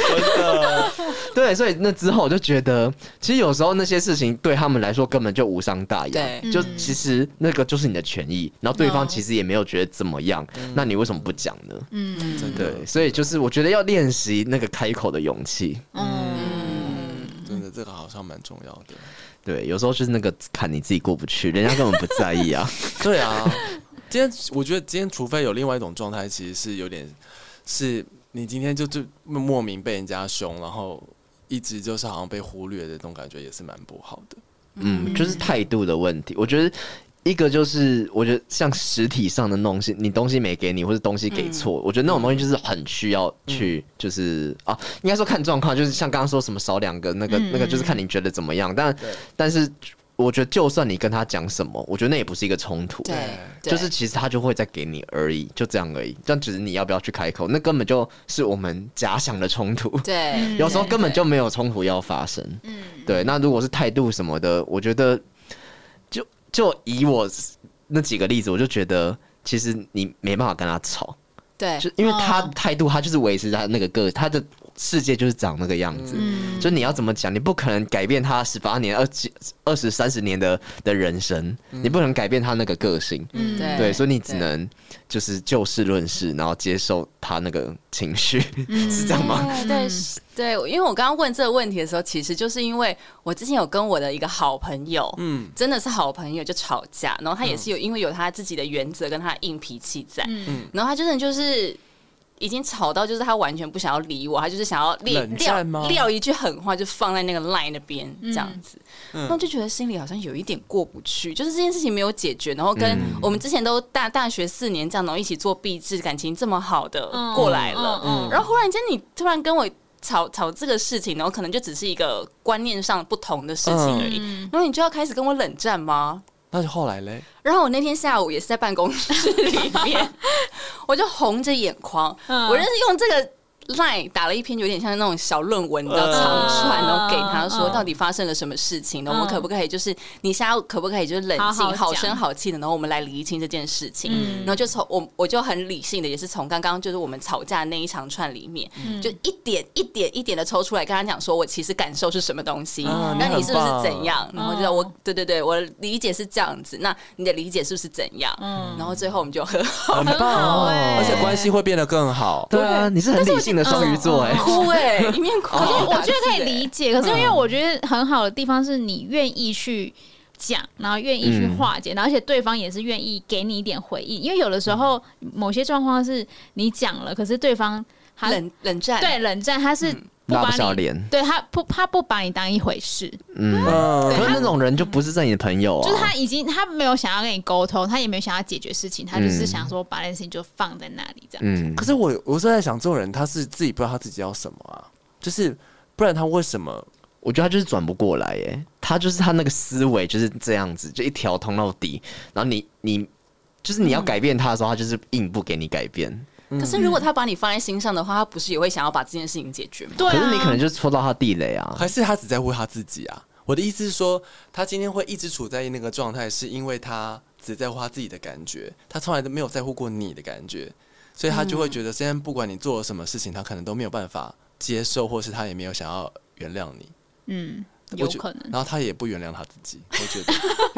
对，所以那之后我就觉得，其实有时候那些事情对他们来说根本就无伤大雅，
对
就其实那个就是你的权益，然后对
哦
方其实也没有觉得怎么样，那你为什么不讲呢？
嗯
真的，
对，所以就是我觉得要练习那个开口的勇气。
嗯，
真的这个好像蛮重要 <laughs> 的。
对，有时候就是那个看你自己过不去，人家根本不在意
<laughs>
啊。
对啊，今天我觉得今天，除非有另外一种状态，其实是有点是你今天就就莫名被人家凶，然后一直就是好像被忽略的那种感觉，也是蛮不好的。
嗯，就是态度的问题。我觉得一个就是，我觉得像实体上的东西，你东西没给你，或者东西给
嗯
错，我觉得那种东西就是很需要去，就是啊，应该说看状况，就是像刚刚说什么少两个，那
嗯
个、那个就是看你觉得怎么样。但但是我觉得，就算你跟他讲什么，我觉得那也不是一个冲突。
对，对
就是其实他就会再给你而已，就这样而已。但只是你要不要去开口，那根本就是我们假想的冲突。
对，
有时候根本就没有冲突要发生。嗯，对。那如果是态度什么的，我觉得就就以我那几个例子，我就觉得其实你没办法跟他吵，
对
就因为他
哦
态度，他就是维持他那个个他的。世界就是长那个样子，
嗯
就你要怎么讲，你不可能改变他十八年、二十、二十三十年的的人生，你不可能改变他那个个性，
嗯
对
对，所以你只能就是就事论事，然后接受他那个情绪， <laughs> 是这样吗？
对嗯对是对，因为我刚刚问这个问题的时候，其实就是因为我之前有跟我的一个好朋友，嗯，真的是好朋友就吵架，然后他也是有、因为有他自己的原则跟他的硬脾气在，嗯，然后他真的就是已经吵到，就是他完全不想要理我，他就是想要撂
冷
撂
战吗
撂一句狠话，就放在那个 line 那边这样子。
嗯
那我就觉得心里好像有一点过不去，就是这件事情没有解决，然后跟我们之前都大大学四年这样，然后一起做毕制，感情这么好的
嗯
过来了，
嗯
然后忽然间你突然跟我吵吵这个事情，然后可能就只是一个观念上不同的事情而已，
嗯
然后你就要开始跟我冷战吗？
那就后来 <laughs> 嘞，
然后我那天下午也是在办公室里面， <laughs> 我就红着眼眶，
嗯
我就是用这个 line 打了一篇有点像那种小论文，你知道长串，然后给他说
嗯
到底发生了什么事情，然后
嗯
我们可不可以就是你下午可不可以就是冷静
好好讲
好声好气的，然后我们来厘清这件事情，
嗯
然后就从我我就很理性的，也是从刚刚就是我们吵架那一长串里面，
嗯
就一点一点一点的抽出来，跟他讲说我其实感受是什么东西，
啊
那你
你很
是不是
棒
怎样？然后就我
哦
对对对，我的理解是这样子，那你的理解是不是怎样？
嗯
然后最后我们 <laughs> 就和好，
很棒，哦
欸
而且关系会变得更好。
对啊，你是很理性的双鱼座哎，
哭哎、一面哭，
我觉
一
得
面
我
打
觉
字
得欸可以
欸
理解，可是因为我觉得很好的地方是你愿意去讲，然后愿意去化解，然后而且对方也是愿意给你一点回应，因为有的时候某些状况是你讲了，可是对方他
冷冷战，
对冷战，他是不
拉
把
不下
你，
脸。
对他不他不把你当一回事，
嗯，可
嗯，
是那种人就不是在你的朋友啊。
就是他已经他没有想要跟你沟通，他也没有想要解决事情，他就是
嗯
想说把那件事情就放在那里这样。
嗯
可，是我我是在想，这种人他是自己不知道他自己要什么啊，就是不然他为什么？
我觉得他就是转不过来耶，他就是他那个思维就是这样子，就一条通到底。然后你你就是你要改变他的时候，他就是硬不给你改变。
可是如果他把你放在心上的话，他不是也会想要把这件事情解决吗？
对、啊，
可是你可能就戳到他地雷啊。
还是他只在乎他自己啊？我的意思是说，他今天会一直处在那个状态，是因为他只在乎他自己的感觉，他从来都没有在乎过你的感觉，所以他就会觉得，现在不管你做了什么事情，他可能都没有办法接受，或是他也没有想要原谅你。
嗯，
我
有
觉
可能。
然后他也不原谅他自己，我
<laughs>
觉得，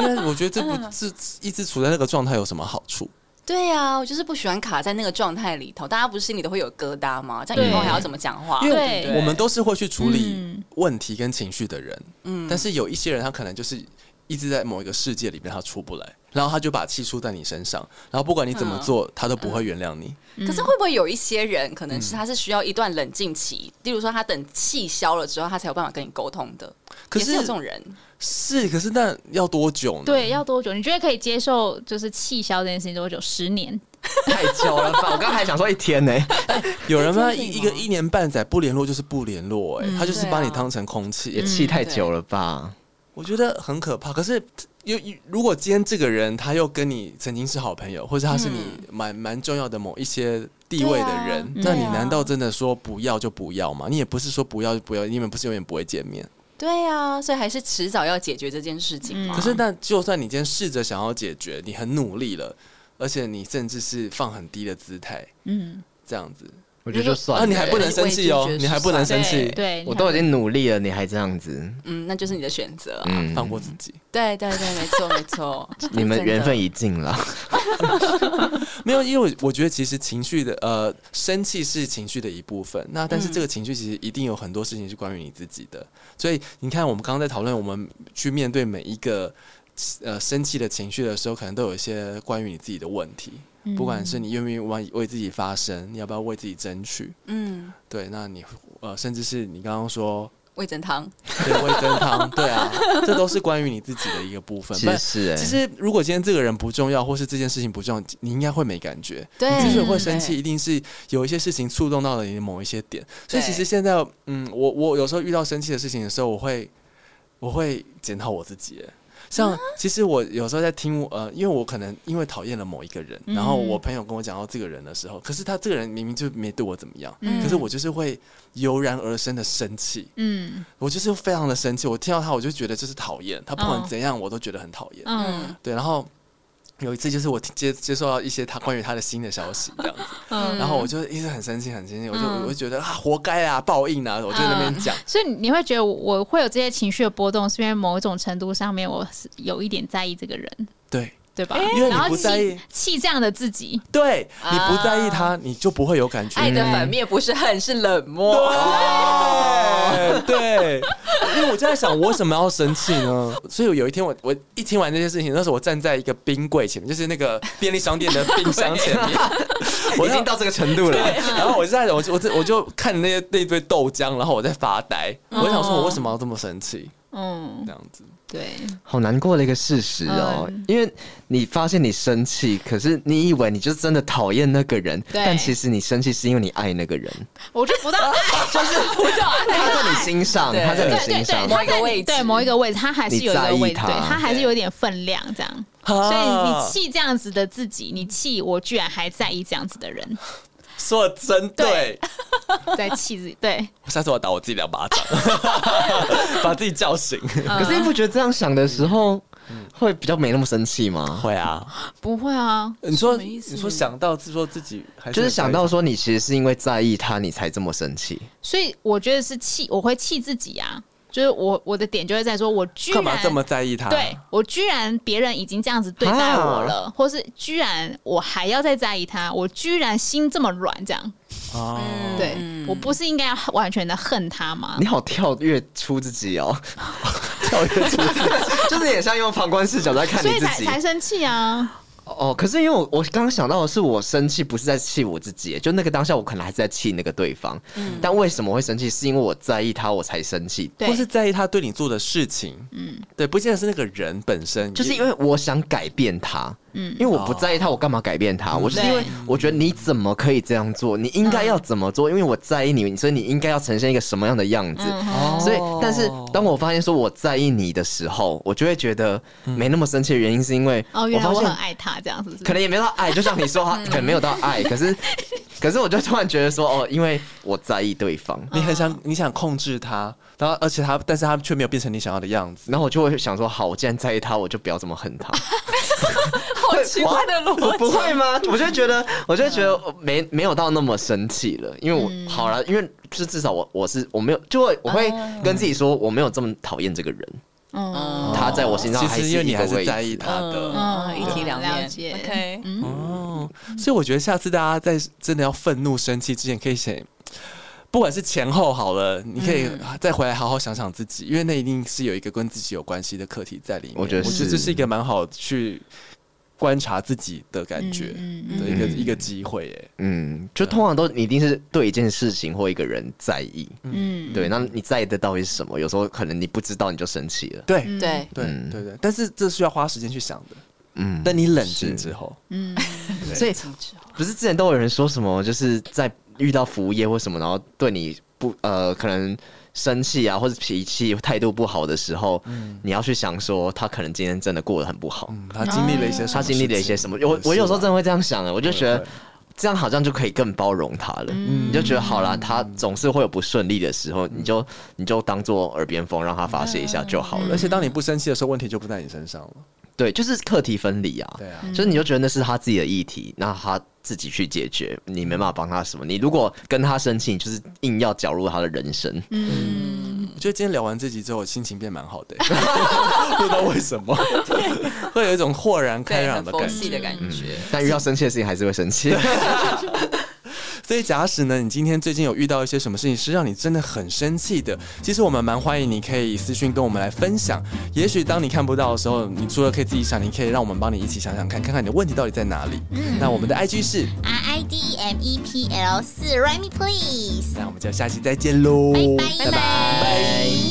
因为我觉得这不是一直处在那个状态有什么好处？
对呀、我就是不喜欢卡在那个状态里头，大家不是心里都会有疙瘩吗？这样以后
对
还要怎么讲话？
因为
对
我们都是会去处理
嗯
问题跟情绪的人，嗯，但是有一些人他可能就是一直在某一个世界里面他出不来，然后他就把气出在你身上，然后不管你怎
嗯
么做，他都不会原谅你。
可是会不会有一些人，可能是他是需要一段冷静期，例如说他等气消了之后，他才有办法跟你沟通的。
可
也
是
是有这种人，
是，可是那要多久呢？
对，要多久？你觉得可以接受就是气消这件事情多久？十年？
太久了吧？ <laughs> 我刚才还想说一天呢。
有人
真
嘛，
的可以
一一
吗
个一年半载不联络就是不联络、
嗯
哎、他就是
对啊
把你当成空气、
<laughs> 也气太久了吧？
我觉得很可怕。可是有有如果今天这个人他又跟你曾经是好朋友，或者他是你蛮蛮、重要的某一些地位的人，
嗯对啊
那
嗯
你难道真的说不要就不要吗？你也不是说不要就不要，你们不是永远不会见面。
对呀、所以还是迟早要解决这件事情嘛。
可是那就算你今天试着想要解决，你很努力了，而且你甚至是放很低的姿态
嗯，
这样子，
我觉得就算
啊，
了。
你还不能生气哦
我也，是觉得是
你还不能生气
对，对，
我
你
都已
看
经努力了，你还这样子，
嗯，那就是你的选择。
嗯，
放过自己。
对对对，没错没错，
你们
真的
缘分已尽了。
没有，因为我我觉得其实情绪的呃，生气是情绪的一部分。
嗯
那但是这个情绪其实一定有很多事情是关于你自己的。所以你看，我们刚刚在讨论，我们去面对每一个呃生气的情绪的时候，可能都有一些关于你自己的问题。
嗯
不管是你愿不愿意为为自己发声，你要不要为自己争取？
嗯，
对，那你呃，甚至是你刚刚说
味噌汤，
对味增
<laughs>
汤，对啊，这都是关于你自己的一个部分。
其
不
实是哎，
然其实如果今天这个人不重要，或是这件事情不重要，你应该会没感觉。
对，
你之所以
是
会生气，
对
一定是有一些事情触动到了你的某一些点。所以其
对
实现在，嗯，我我有时候遇到生气的事情的时候，我会我会检讨我自己耶。像其实我有时候在听呃，因为我可能因为讨厌了某一个人，然后
嗯
我朋友跟我讲到这个人的时候，可是他这个人明明就没对我怎么样，
嗯
可是我就是会油然而生的生气，
嗯
我就是非常的生气。我听到他，我就觉得就是讨厌他，不管
哦
嗯
怎样我都觉得很讨厌。
嗯
对，然后有一次就是我接接受到一些他关于他的新的消息这样子，
嗯，
然后我就一直很生气，很生气，我就、
嗯
我就觉得啊，活该啊，报应啊，我就在那边讲。
所以你会觉得我我会有这些情绪的波动，是因为某一种程度上面我是有一点在意这个人，
对
对吧？
因为你
然后
不在意
气气这样的自己，
对，你不
啊
在意他，你就不会有感觉。
爱的反面不是恨，是冷漠。
对对，因为我就在想，我为什么要生气呢？所以有一天我我一听完这件事情，那时候我站在一个冰柜前面，就是那个便利商店的冰箱前面，我
已经
到。
到这个程度了。
然后我就在我就我就我就看那些那堆豆浆，然后我在发呆，
嗯
我就想说，我为什么要这么生气？
嗯
这，样子，
对，
好难过的一个事实哦，
嗯
因为你发现你生气，可是你以为你就是真的讨厌那个人，
对
但其实你生气是因为你爱那个人，
我就不到，啊
他在你心上，
对
他在你
对对
心
对，
上。
他
某一个
在
位置
对某一个位置，他还是有一
你在
个
意
位置，
他
对，他还是有一点分量这样。所以你你气这样子的自己，你气我居然还在意这样子的人，
说的真对
对，在气自己，对，
我下次我要打我自己两巴
<laughs>
掌，把自己叫醒。
可是你不觉得这样想的时候，会比较没那么生气吗？
会啊，
不会啊，
你说
什么意
你
思
说想到是说自己还
就是
很
想到说你其实是因为在意他，你才这么生气。
所以我觉得是气，我会气自己啊，就是我我的点就会在说，我居
干
然
嘛这么在意他？
对，我居然别人已经这样子对待我了，
啊
或是居然我还要再在意他，我居然心这么软，这样，
哦，
嗯
对、
嗯
我不是应该要完全的恨他吗
你？好跳跃出自己哦， <laughs> 跳跃出
<laughs>
自己，就是也像用旁观视角在看
所
你
以
自
才
己。
才生气啊！
哦，可是因为我我刚刚想到的是，我生气不是在气我自己，就那个当下我可能还是在气那个对方。
嗯
但为什么会生气？是因为我在意他，我才生气。
对
或是在意他对你做的事情，嗯，对，不见得是那个人本身，
就是因为我想改变他，嗯，因为我不在意他，我干嘛改变他？我就是
对嗯
因为我觉得你怎么可以这样做？你应该要怎么做？因为我在意你，所以你应该要呈现一个什么样的样子？
嗯
哦
所以，但是当我发现说我在意你的时候，我就会觉得没那么生气的原因，是因为
哦，
我
原来
发
我
现
很爱他，这样是不是？
可能也没有到爱，就像你说，他可能没有到爱，可是可是我就突然觉得说，哦，因为我在意对方，
你很想你想控制他，然后而且他，但是他却没有变成你想要的样子。
然后我就会想说，好，我既然在意他，我就不要这么恨他。
好奇怪的逻辑，
不会吗？ <laughs> 我就觉得，我就觉得哦没没有到那么生气了，因为我、好了，因为就是至少我我是我没有，就会我会跟自己说，我没有这么讨厌这个人，
嗯
他在我心上
其
还
实
是
因为
一
你
个
还是
位
在
置。啊
意他的。
嗯，一体两面
了解嗯
OK，
嗯
哦，所以我觉得下次大家在真的要愤怒、生气之前，可以先，不管是前后好了，你可以再回来好好想想自己，因为那一定是有一个跟自己有关系的课题在里面。
我觉得是
这是一个蛮好去观察自己的感觉的一个一个机会。哎，
嗯，就通常都你一定是对一件事情或一个人在意，
嗯，
对，那你在意的到底是什么？有时候可能你不知道你就生气了，
对
对，
对
嗯
对对，但是这需要花时间去想的。
嗯，
等你冷
是
静之后，
所以不是之前都有人说什么，就是在遇到服务业或什么，然后对你不呃可能生气啊，或者脾气态度不好的时候，你要去想说他可能今天真的过得很不好，
嗯，他经历了一些什
他
么
经历了一些
事
什
情啊
么。我我有时候真的会这样想的，啊我就觉
会
得
会
这样好像就可以更包容他了。你就觉得好啦，他总是会有不顺利的时候，你就你就当做耳边风，让他发泄一下就好了。
而且当你不生气的时候，问题就不在你身上了。
对，就是课题分离啊。
对啊
就是你就觉得那是他自己的议题，那他自己去解决，你没办法帮他什么。你如果跟他生气，你就是硬要搅入他的人生。
嗯
我觉得今天聊完这集之后，我心情变蛮好的、不知道为什么， <laughs> 会有一种豁然开
对，
朗
很
的
佛
感
系的
觉。
感觉，
嗯但遇到生气的事情还是会生气。
所以假使呢，你今天最近有遇到一些什么事情是让你真的很生气的，其实我们蛮欢迎你可以私讯跟我们来分享。也许当你看不到的时候，你除了可以自己想，你可以让我们帮你一起想想看，看看你的问题到底在哪里。
嗯
那我们的 IG 是，
R I D M E P L 四 r i m e Please，
哦
那我们就下期再见喽，
拜拜。